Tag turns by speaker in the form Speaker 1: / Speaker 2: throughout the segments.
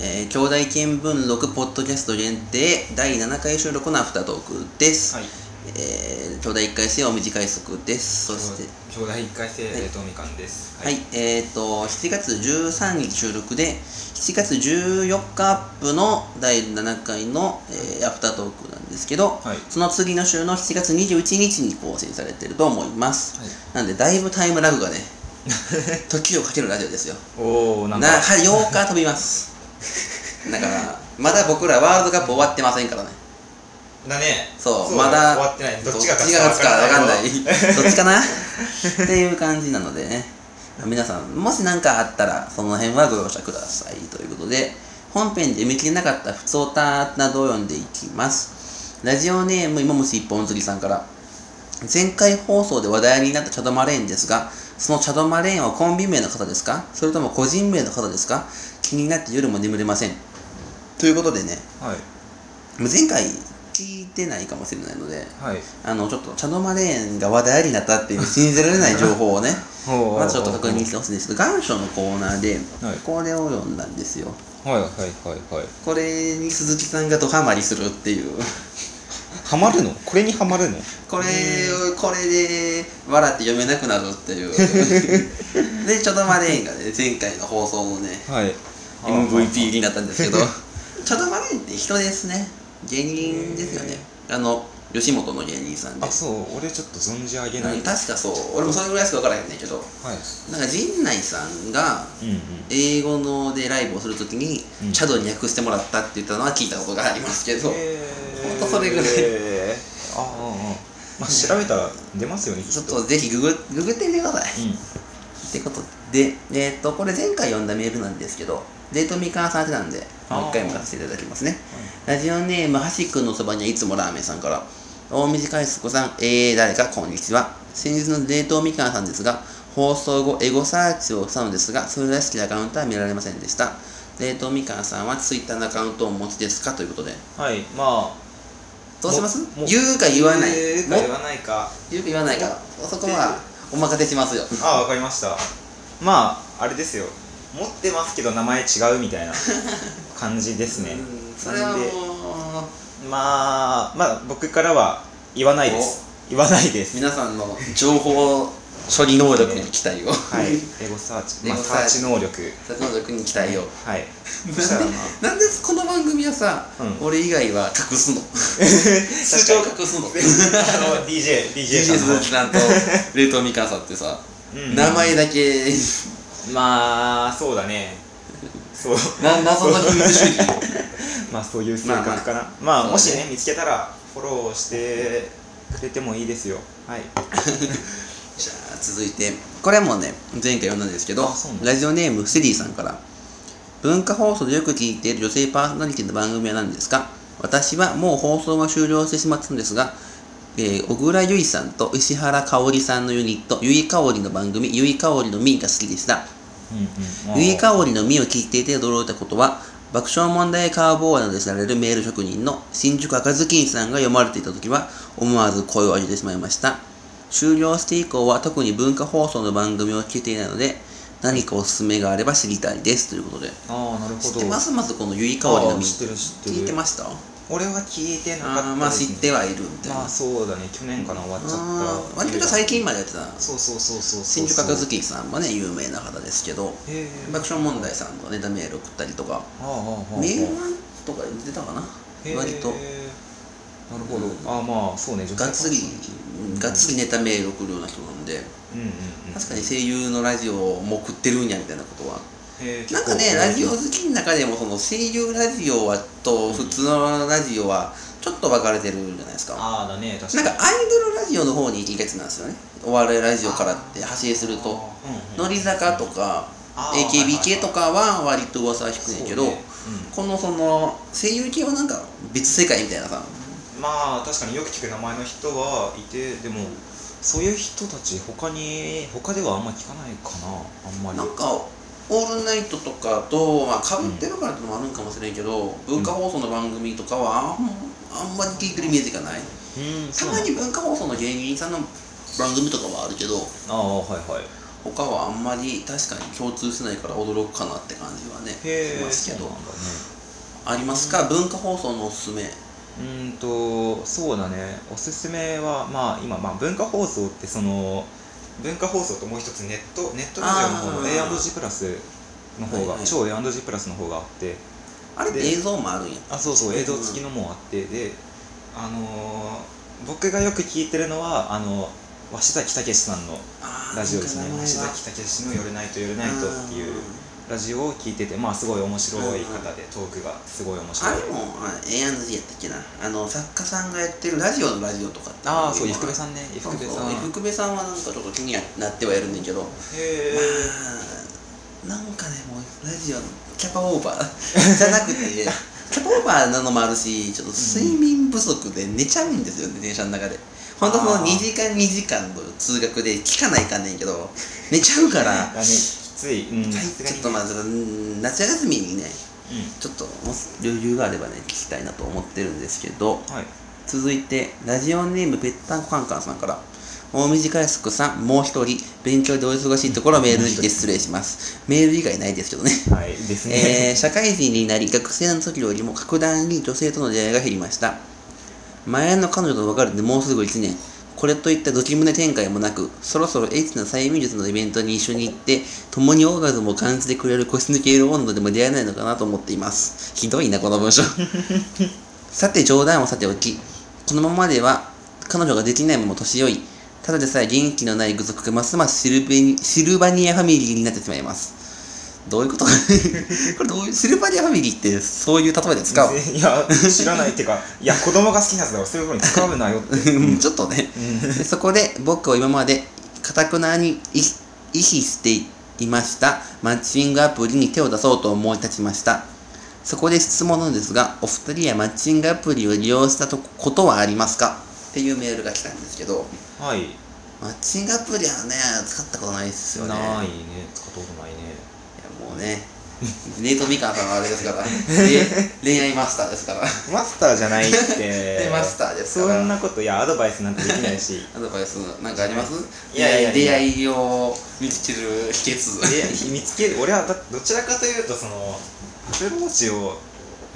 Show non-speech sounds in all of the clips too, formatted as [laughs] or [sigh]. Speaker 1: えー兄弟見聞録ポッドキャスト限定第7回収録のアフタートークです、
Speaker 2: はい
Speaker 1: えー兄弟1回生お短い速ですそして
Speaker 2: 兄弟一回生冷凍みかんです
Speaker 1: はい、えー、と7月13日収録で7月14日アップの第7回の、えーアフタートークなんですけど、
Speaker 2: はい
Speaker 1: その次の週の7月21日に更新されてると思います、
Speaker 2: はい
Speaker 1: なんでだいぶタイムラグが
Speaker 2: [laughs]
Speaker 1: ね時をかけるラジオですよ
Speaker 2: おおな
Speaker 1: なん
Speaker 2: か
Speaker 1: はい8日飛びます
Speaker 2: [laughs]
Speaker 1: だからまだ僕らワールドカップ終わってませんからね
Speaker 2: だね
Speaker 1: そうまだ
Speaker 2: 終わってないどっちが
Speaker 1: どっ
Speaker 2: 勝
Speaker 1: ち
Speaker 2: つ
Speaker 1: が
Speaker 2: か
Speaker 1: 勝つか分かんない
Speaker 2: [laughs] けど
Speaker 1: どっちかなっていう感じなのでね皆さんもし何かあったらその辺はご容赦くださいということで本編で読み切れなかった普通歌などを読んでいきますラジオネーム今虫一本釣りさんから前回放送で話題になったチャドマレーンですがそのチャドマレーンはコンビ名の方ですかそれとも個人名の方ですか気になって夜も眠れませんということでね
Speaker 2: はい
Speaker 1: 前回聞いてないかもしれないので
Speaker 2: はい
Speaker 1: あのちょっとチャドマレーンが話題になったっていう信じられない情報を
Speaker 2: [laughs]
Speaker 1: ね
Speaker 2: おー
Speaker 1: まずちょっと確認してほしいんですけど願書のコーナーで
Speaker 2: はい
Speaker 1: これを読んだんですよ
Speaker 2: はいはいはいはい
Speaker 1: これに鈴木さんがドハマりするって
Speaker 2: [laughs]
Speaker 1: いう
Speaker 2: ハマるのこれにハマるの
Speaker 1: これをこれで笑って読めなくなるって
Speaker 2: [laughs]
Speaker 1: いうでチャドマレーンがね前回の放送の
Speaker 2: [laughs]
Speaker 1: ね
Speaker 2: はい
Speaker 1: MVP になったんですけどチャドマレーンって人ですね芸人ですよねあの吉本の芸人さんで
Speaker 2: あそう俺ちょっと存じ上げ
Speaker 1: な
Speaker 2: なんい
Speaker 1: か確かそう俺もそれぐらいしか分からへんねんけど
Speaker 2: はい
Speaker 1: なんか陣内さんが
Speaker 2: うんうん
Speaker 1: 英語のでライブをするときに、
Speaker 2: うん
Speaker 1: チャドに訳してもらったって言ったのは聞いたことがありますけど、
Speaker 2: ほ
Speaker 1: ほんとそれぐらい
Speaker 2: ああああまあ調べたら出ますよねき
Speaker 1: ちょっ
Speaker 2: っと
Speaker 1: とぜひググググってみてください、
Speaker 2: うん
Speaker 1: ってことで、えーっとこれ前回読んだメールなんですけどデートミカーさん宛てなんで
Speaker 2: あー
Speaker 1: もう一回もさせていただきますねラジオネームはしくんのそばにはいつもラーメンさんから大短いすこさんえー、誰かこんにちは先日のデートみかんさんですが放送後エゴサーチをしたのですがそれらしきアカウントは見られませんでしたデートみかんさんはツイッターのアカウントをお持ちですかということで
Speaker 2: はいまあ
Speaker 1: どうします
Speaker 2: もも
Speaker 1: 言うか言わない
Speaker 2: 言うか
Speaker 1: も
Speaker 2: 言わないか
Speaker 1: 言うか言わないかそこはお任せしますよ
Speaker 2: ああわかりましたまああれですよ持ってますけど名前違うみ
Speaker 1: [laughs]
Speaker 2: たいな感じですね
Speaker 1: うんそれはも
Speaker 2: なんで
Speaker 1: う
Speaker 2: まあまあ僕からは言わないです言わな
Speaker 1: [laughs]
Speaker 2: いです
Speaker 1: 皆さんの情報処理能力に期待を
Speaker 2: はい
Speaker 1: [laughs]
Speaker 2: エゴサーチ、まあ、
Speaker 1: エゴ
Speaker 2: サ
Speaker 1: サー
Speaker 2: ー
Speaker 1: チ
Speaker 2: チ能力
Speaker 1: その能力に期待を
Speaker 2: はい
Speaker 1: [laughs]
Speaker 2: そしたらまあ
Speaker 1: なんでこの番組はさ、
Speaker 2: うん
Speaker 1: 俺以外は隠すの素性隠すの
Speaker 2: あの
Speaker 1: [laughs]
Speaker 2: DJ DJ さ
Speaker 1: DJ
Speaker 2: ん
Speaker 1: 鈴
Speaker 2: の
Speaker 1: 木さんと冷凍みかんさんってさ、
Speaker 2: うん
Speaker 1: 名前だ
Speaker 2: [laughs]
Speaker 1: け
Speaker 2: まあそうだねそう [laughs]
Speaker 1: な謎の秘密主義
Speaker 2: まあそういう性格かな、まあ
Speaker 1: そうだね
Speaker 2: もしね見つけたらフォローしてくれてもいいですよはい
Speaker 1: じゃあ続いてこれもね前回読んだんですけど
Speaker 2: あそうなの
Speaker 1: ラジオネームセリーさんから文化放送でよく聞いている女性パーソナリティの番組は何ですか私はもう放送が終了してしまったんですが、えー小倉由衣さんと石原香織さんのユニットゆいかおりの番組ゆいかおりのみが好きでした
Speaker 2: うん
Speaker 1: ゆいかおりのみを聞いていて驚いたことは爆笑問題カーボーイなどで知られるメール職人の新宿赤ずきんさんが読まれていた時は思わず声を上げてしまいました終了して以降は特に文化放送の番組を聞いていないので何かおすすめがあれば知りたいですということで
Speaker 2: ああなるほど
Speaker 1: 知ってますまずこのゆいかおりの
Speaker 2: あー
Speaker 1: み
Speaker 2: 知ってる知ってる
Speaker 1: 聞いてました
Speaker 2: 俺は聞いてなかった
Speaker 1: ああまあ知ってはいるみたいな、
Speaker 2: まあそうだね去年かな終わっち
Speaker 1: あ
Speaker 2: ゃっ
Speaker 1: ー
Speaker 2: た
Speaker 1: 割と最近までやってた
Speaker 2: そうそうそうそうそう
Speaker 1: 新宿赤ずきんさんもね有名な方ですけど
Speaker 2: へえ
Speaker 1: 爆笑問題さんのネタメール送ったりとか
Speaker 2: ああああああ
Speaker 1: メールマンとか出てたかな
Speaker 2: へー
Speaker 1: 割と
Speaker 2: なるほど、ああまあそうね女性
Speaker 1: がっつりうんがっつりネタメール送るような人なんで
Speaker 2: うんうんうん
Speaker 1: 確かに声優のラジオも食ってるんやみたいなことは
Speaker 2: へー
Speaker 1: なんかね
Speaker 2: 結構
Speaker 1: ラジオ好きの中でもその声優ラジオはと普通のラジオはちょっと分かれてるじゃないですか
Speaker 2: ああだね確
Speaker 1: な
Speaker 2: か
Speaker 1: ん
Speaker 2: に
Speaker 1: かアイドルラジオの方に行きがちなんですよねお笑いラジオからって派生すると
Speaker 2: あーうんうん
Speaker 1: 乃木坂とか
Speaker 2: あーはいはい
Speaker 1: AKB 系とかは割と噂は低いんやけど、
Speaker 2: そうね
Speaker 1: このその声優系はなんか別世界みたいなさ
Speaker 2: うんまあ確かによく聞く名前の人はいてでもそういう人たち他に他ではあんま聞かないかなあんまり
Speaker 1: なんか「オールナイト」とかとまあかぶってるからってのもあるんかもしれんけど、文化放送の番組とかはあんあんまり聞いてるイメージがない
Speaker 2: うん
Speaker 1: た
Speaker 2: そう
Speaker 1: ま
Speaker 2: なんだ
Speaker 1: に文化放送の芸人さんの番組とかはあるけど
Speaker 2: ああはいはい
Speaker 1: 他はあんまり確かに共通せないから驚くかなって感じはね
Speaker 2: へ
Speaker 1: し
Speaker 2: え
Speaker 1: ます
Speaker 2: そ
Speaker 1: け
Speaker 2: うな
Speaker 1: ど
Speaker 2: んだね
Speaker 1: ありますか文化放送のおすすめ
Speaker 2: うーんとそうだねおすすめはまあ今、まあ、文化放送ってその文化放送ともう一つネットネットラジオの方
Speaker 1: あ
Speaker 2: の
Speaker 1: ー
Speaker 2: A&G プラスの方が、
Speaker 1: はいはい
Speaker 2: 超 A&G プラスの方があって
Speaker 1: あれって
Speaker 2: で
Speaker 1: 映像もあるんや
Speaker 2: あそうそう映像付きのもあって、であのー僕がよく聞いてるのはあの鷲崎武さんの
Speaker 1: あー
Speaker 2: ラジオです
Speaker 1: な
Speaker 2: ね
Speaker 1: んか名前は
Speaker 2: 鷲崎武の「夜ナイト夜ナイト」っていうラジオを聞いててまあすごい面白い方でトークがすごい面白
Speaker 1: あ
Speaker 2: い
Speaker 1: れもあ A&G やったっけなあの作家さんがやってるラジオのラジオとかって
Speaker 2: ああそう伊福部
Speaker 1: ん
Speaker 2: さんね伊
Speaker 1: そ
Speaker 2: 福
Speaker 1: う
Speaker 2: 部
Speaker 1: そう
Speaker 2: さん
Speaker 1: 伊福部さんはなんかちょっと気になってはいるんだけどま
Speaker 2: へー
Speaker 1: あなんかねもうラジオのキャパオーバ [laughs] ーじゃなくて [laughs] キャパオーバーなのもあるしちょっと睡眠不足で寝ちゃうんですよね電車の中で本当そ
Speaker 2: あ
Speaker 1: の
Speaker 2: ー
Speaker 1: 2時間2時間の通学で聞かないかんねんけど寝ちゃうから
Speaker 2: あねきついうん
Speaker 1: はい
Speaker 2: さすが
Speaker 1: ちょ
Speaker 2: に
Speaker 1: っとまあうん夏休みにね
Speaker 2: う
Speaker 1: ちょっともし余裕があればね聞きたいなと思ってるんですけど
Speaker 2: んはい
Speaker 1: 続いてラジオネームぺったんこカンカンさんから大短いすくさんもう一人勉強でお忙しいところメールで失礼しますメール以外ないですけどね
Speaker 2: はいですね
Speaker 1: [laughs] えー社会人になり学生の時よりも格段に女性との出会いが減りました前の彼女と別れてもうすぐ1年これといったドキムネ展開もなくそろそろエッチな催眠術のイベントに一緒に行って共にオーガズムを感じてくれる腰抜ける温度でも出会えないのかなと思っていますひどいなこの文章さて冗談はさておきこのままでは彼女ができないもも年老いただでさえ元気のない具足がますますシルベニシルバニアファミリーになってしまいますどういうこと [laughs] これどういうシルバニアファミリーってそういう例えで使う
Speaker 2: 全 [laughs] 然いや知らないっていうかいや子供が好きなやつだからそういうふうに使うなよって
Speaker 1: [laughs] うんちょっとね、で [laughs] そこで僕を今までかたくなにい意識していましたマッチングアプリに手を出そうと思い立ちましたそこで質問なんですがお二人はマッチングアプリを利用したとことはありますかっていうメールが来たんですけど
Speaker 2: はい
Speaker 1: マッチングアプリはね使ったことないですよね
Speaker 2: ないね使ったことない
Speaker 1: い
Speaker 2: ね
Speaker 1: やもうねネイト・ミカンさんはあれですからで恋愛マスターですから
Speaker 2: マスターじゃないっ
Speaker 1: [laughs]
Speaker 2: て
Speaker 1: でマスターです
Speaker 2: そ
Speaker 1: から
Speaker 2: んなこといやアドバイスなんてできないし
Speaker 1: アドバイスなんかあります
Speaker 2: いやいやい
Speaker 1: 出
Speaker 2: や
Speaker 1: 会い出会いを見つける秘訣
Speaker 2: で見つける俺はだどちらかというとそのアプローチを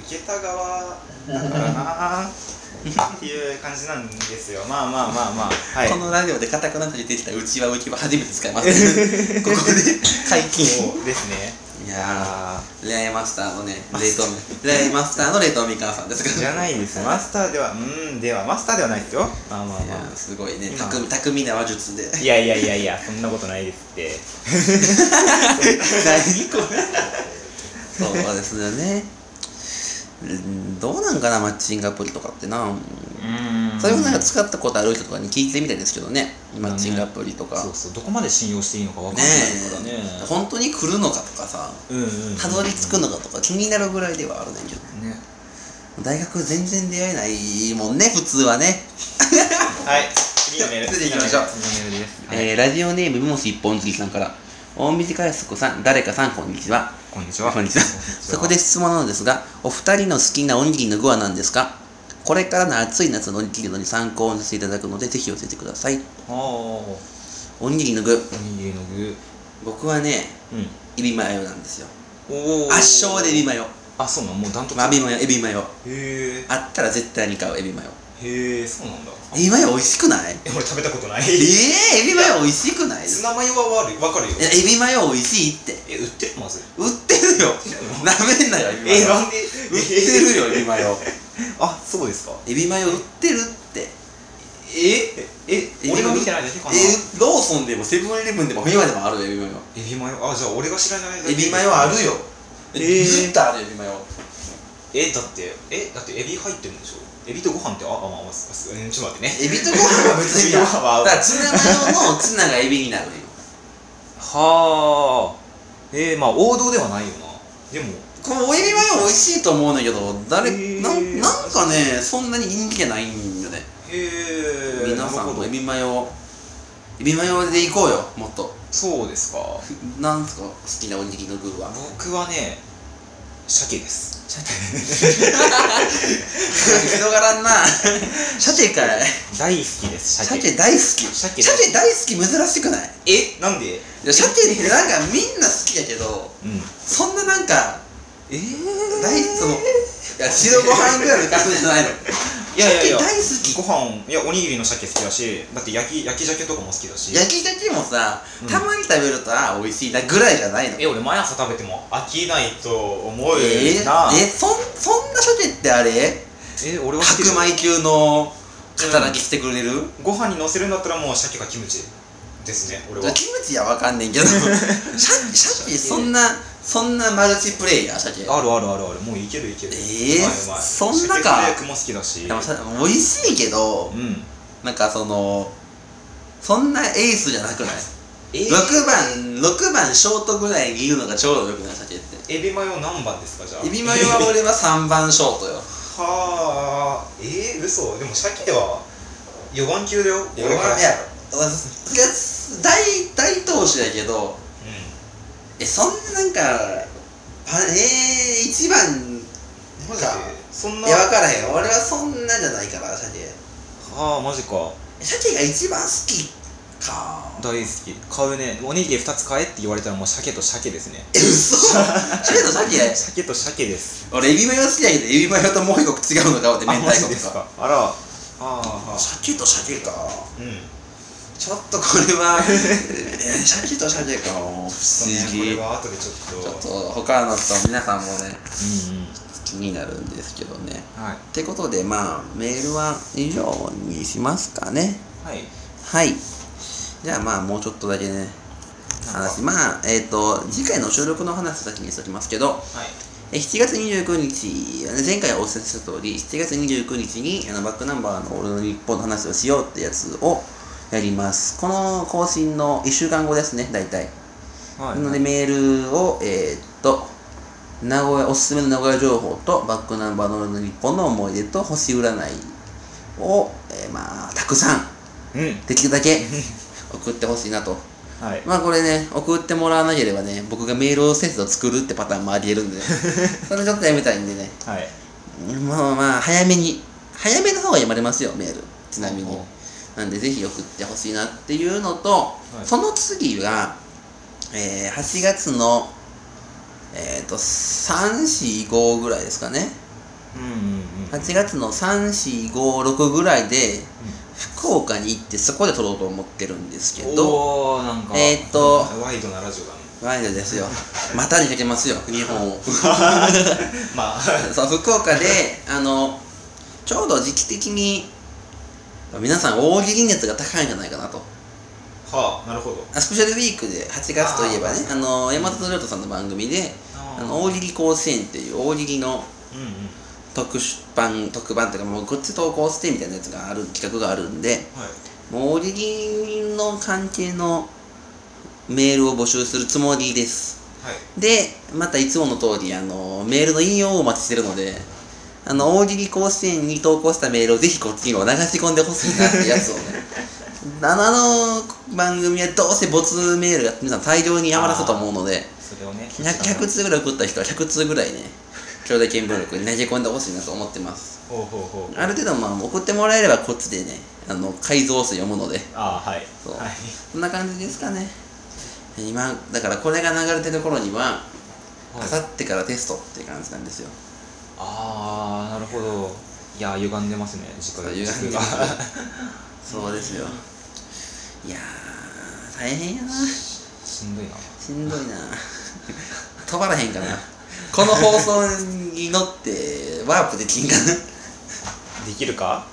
Speaker 2: 受けた側だからなーっていう感じなんですよまあまあまあまあはい
Speaker 1: このラジオで固くなく出てきたうちはうちは初めて使いますここで解禁
Speaker 2: そうですね
Speaker 1: いや
Speaker 2: ああ
Speaker 1: ー恋愛マスターのね冷凍恋愛マスターの冷凍みかんさんですから
Speaker 2: じゃないですマスターではうーんではマスターではないですよまあまあ
Speaker 1: いやー
Speaker 2: ます
Speaker 1: ごいね
Speaker 2: 今
Speaker 1: 巧み巧みな話術で
Speaker 2: あいやいやいやいやそんなことないですって
Speaker 1: 何これそうですよねうんどうなんかなマッチングアプリとかってな
Speaker 2: うん
Speaker 1: それもなんか使ったことある人とかに聞いてみたいですけどねマッチングアプリとか
Speaker 2: そうそうどこまで信用していいのかわかん
Speaker 1: ね
Speaker 2: ないからね
Speaker 1: え本当に来るのかとかさ
Speaker 2: うんうん
Speaker 1: たどり着くのかとか気になるぐらいではあるねんけど
Speaker 2: ね
Speaker 1: 大学全然出会えないもんね普通はね、
Speaker 2: はい次のメール
Speaker 1: [laughs] 次行きましょう
Speaker 2: 次のメールですはい
Speaker 1: えーラジオネームもし一本釣りさんから大短いすこさん誰かさんこんにちは
Speaker 2: こんにちは
Speaker 1: こんにちはそこで質問なのですがお二人の好きなおにぎりの具は何ですかこれからの暑い夏のおにぎりのに参考にしていただくのでぜひ教えてください
Speaker 2: ああお
Speaker 1: おにぎりの具
Speaker 2: にぎりの具
Speaker 1: 僕はね
Speaker 2: うん
Speaker 1: エビマヨなんですよ
Speaker 2: おお
Speaker 1: 圧勝でエビマヨ
Speaker 2: あそうなのもうダントツ
Speaker 1: まあエビマヨエビマヨ
Speaker 2: へ
Speaker 1: あったら絶対に買うエビマヨ
Speaker 2: えへえそうなんだ
Speaker 1: エビマヨ美味しくない
Speaker 2: え俺食べたことない
Speaker 1: えー、エビマヨ美味しくない
Speaker 2: ツナマヨは悪いわかるよ
Speaker 1: いやエビマヨ美味しいって
Speaker 2: え売ってるまず
Speaker 1: 売ってるよなめんなよエビマ
Speaker 2: え
Speaker 1: ヨ
Speaker 2: なんで
Speaker 1: 売ってるよ [laughs] エビマヨ
Speaker 2: あそうですか
Speaker 1: エビマヨ売ってるって
Speaker 2: ええ
Speaker 1: エビ
Speaker 2: 俺が見てないだけかな
Speaker 1: えローソンでもセブンイレブンでも今でもあるよエビマヨ
Speaker 2: エビマヨあじゃあ俺が知らないだけ
Speaker 1: エビマヨあるよ
Speaker 2: え
Speaker 1: え
Speaker 2: ー
Speaker 1: ずっとあるよエビマヨ
Speaker 2: えだってえだってエビ入ってるんでしょエビとご飯ってああまあまあすすうんちょっと待ってね
Speaker 1: エビとご飯は別にだ
Speaker 2: エビとご飯は合う
Speaker 1: からツナマヨのツナがエビになるよ
Speaker 2: はあえー、まあ王道ではないよなでも
Speaker 1: このおエビマヨ美味しいと思うんだけど誰
Speaker 2: えー
Speaker 1: なんなんかねそんなに人気じゃないんよね
Speaker 2: へえ
Speaker 1: 皆さんも
Speaker 2: ど
Speaker 1: エビマヨエビマヨでいこうよもっと
Speaker 2: そうですか
Speaker 1: なんすか好きなおにぎりの具は
Speaker 2: 僕はね鮭です
Speaker 1: 広がらんな鮭かい
Speaker 2: 大好きです
Speaker 1: 鮭大好き
Speaker 2: 鮭大好き
Speaker 1: 鮭大好き珍しくない
Speaker 2: えなんで
Speaker 1: いや鮭ってなんかみんな好きだけど
Speaker 2: うん
Speaker 1: そんななんか
Speaker 2: えー
Speaker 1: 大そのいや白ご飯ぐらいの感じじゃないの
Speaker 2: いやいやいや
Speaker 1: 鮭大好き
Speaker 2: ご飯いやおにぎりの鮭好きだしだって焼き焼き鮭とかも好きだし
Speaker 1: 焼き鮭もさ
Speaker 2: うん
Speaker 1: たまに食べるとあー美味しいなぐらいじゃないの
Speaker 2: え俺毎朝食べても飽きないと思う
Speaker 1: え
Speaker 2: な
Speaker 1: ー、えそんそんな鮭ってあれ
Speaker 2: え俺は好き
Speaker 1: 白米級の肩書きしてくれる、
Speaker 2: ご飯にのせるんだったらもう鮭かキムチですね俺は
Speaker 1: キムチはわかんねん
Speaker 2: [laughs]
Speaker 1: けどシャシャキそんなそんなマルチプレイヤーシャキ
Speaker 2: あるあるあるあるもういけるいける
Speaker 1: えー
Speaker 2: うまいうまい
Speaker 1: そんなか
Speaker 2: 鮭フレークも好きだし
Speaker 1: でもさ美味しいけど
Speaker 2: うん
Speaker 1: なんかそのそんなエースじゃなくない
Speaker 2: え
Speaker 1: 6番6番ショートぐらいにいるのがちょうどよくないシャキって
Speaker 2: エビマヨ何番ですかじゃあ
Speaker 1: エビマヨは俺は3番ショートよ
Speaker 2: はあえー、嘘でも鮭は4番級だよ
Speaker 1: いや
Speaker 2: 俺からしたら
Speaker 1: 大大投手だけど
Speaker 2: う
Speaker 1: えそんななんかパえー、1番
Speaker 2: んマジ
Speaker 1: か
Speaker 2: でそんない
Speaker 1: や分からへん俺はそんなじゃないからシャキ
Speaker 2: ああマジか
Speaker 1: 鮭が一番好きか
Speaker 2: 大好き買うねおにぎり2つ買えって言われたらもう鮭と鮭ですね
Speaker 1: え嘘鮭と鮭
Speaker 2: 鮭と鮭です
Speaker 1: 俺エビマヨ好きだけどエビマヨともう一個違うの買おうって明
Speaker 2: あマ
Speaker 1: 太
Speaker 2: ジ
Speaker 1: 子
Speaker 2: で
Speaker 1: と
Speaker 2: す
Speaker 1: か
Speaker 2: かあらああ
Speaker 1: 鮭と鮭か
Speaker 2: うん
Speaker 1: ちょっとこれ
Speaker 2: [laughs]
Speaker 1: はえー鮭と鮭か不思議
Speaker 2: これは後でちょっ
Speaker 1: ち
Speaker 2: と
Speaker 1: ょっと他の人皆さんもね
Speaker 2: うんうん
Speaker 1: 気になるんですけどね
Speaker 2: はい
Speaker 1: ってことでまあメールは以上にしますかね
Speaker 2: はい
Speaker 1: はいじゃあまあもうちょっとだけね
Speaker 2: なんか
Speaker 1: 話まあえっ、と次回の収録の話先にしときますけど
Speaker 2: はい
Speaker 1: えー7月29日、あの前回お伝えした通り、7月29日にあのバックナンバーの俺の日本の話をしようってやつをやります。この更新の1週間後ですね、大体。な
Speaker 2: は
Speaker 1: いのでメールを、えーっと、名古屋、おすすめの名古屋情報と、バックナンバーの俺の日本の思い出と、星占いを、えーまあ、たくさん、
Speaker 2: うん
Speaker 1: できるだけ送ってほしいなと。
Speaker 2: はい
Speaker 1: まあこれね、送ってもらわなければね、僕がメールをせず作るってパターンもありえるんで、ね、それちょっとやめたいんでね、
Speaker 2: はい
Speaker 1: まあまあ、早めに、早めの方が読まれますよ、メール、ちなみに
Speaker 2: おう。
Speaker 1: なんで、ぜひ送ってほしいなっていうのと、
Speaker 2: い
Speaker 1: その次が、えー8月の、えっ、と、3、4、5ぐらいですかね。
Speaker 2: うんうんうん
Speaker 1: 8月の3、4、5、6ぐらいで、福岡に行って、そこで撮ろうと思ってるんですけど、
Speaker 2: おおなんか
Speaker 1: えーっと
Speaker 2: ワイドなラジオだね
Speaker 1: ワイドですよ。またにかけますよ、日本を。
Speaker 2: まあ [laughs]
Speaker 1: そう、福岡で、あの、ちょうど時期的に、皆さん大喜利熱が高いんじゃないかなと。
Speaker 2: はあなるほど
Speaker 1: あスペシャルウィークで8月といえばね、あの、山里亮太さんの番組で、あの、大喜利甲子園っていう大喜利の
Speaker 2: うんうん
Speaker 1: 特番、特番というか、もうこっち投稿してみたいなやつがある、企画があるんで、
Speaker 2: はい
Speaker 1: もう大喜利の関係のメールを募集するつもりです。
Speaker 2: はい
Speaker 1: で、またいつもの通り、あの、メールの引用をお待ちしてるので、あの、大喜利甲子園に投稿したメールをぜひこっちにも流し込んでほしいなってやつをね。
Speaker 2: [laughs]
Speaker 1: あの番組はどうせ没メールが皆さん大量に余らせたと思うので、
Speaker 2: それをね
Speaker 1: 100 100通ぐらい送った人は100通ぐらいね、兄弟見聞録に投げ込んでほしいなと思ってます。
Speaker 2: ほうほうほう
Speaker 1: ある程度、まあ、送ってもらえればこっちでね、あの、改造数読むので、
Speaker 2: ああはい
Speaker 1: そう
Speaker 2: はい
Speaker 1: そんな感じですかね。今、だからこれが流れてる頃には、あさってからテストっていう感じなんですよ。
Speaker 2: ああなるほどいや歪んでますね時間
Speaker 1: そう歪んで
Speaker 2: が
Speaker 1: ますそうですよ。いやー、大変やな。し
Speaker 2: [laughs] しんどいなん
Speaker 1: どいな。 [laughs] 飛ばらへんかな。この放送に乗って、ワープできんかな。
Speaker 2: できるか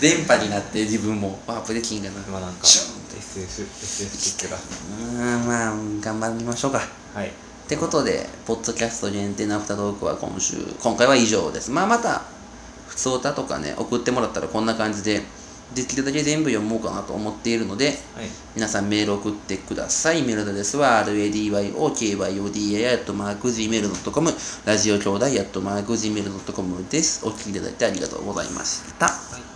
Speaker 1: 電波になって自分もワープできんかな。
Speaker 2: まあなんか
Speaker 1: シュ
Speaker 2: SFSF チックだ
Speaker 1: ンうーん、まあ、頑張りましょうか。
Speaker 2: はい
Speaker 1: ってことで、ポッドキャスト限定のアフタートークは今週、今回は以上です。まあまた、普通歌とかね、送ってもらったらこんな感じで、できるだけ全部読もうかなと思っているので、
Speaker 2: はい
Speaker 1: 皆さんメール送ってください。メールアドレスは radyokyodai.gmail.com ラジオ兄弟 .gmail.com です。お聞きいただいてありがとうございました。
Speaker 2: はい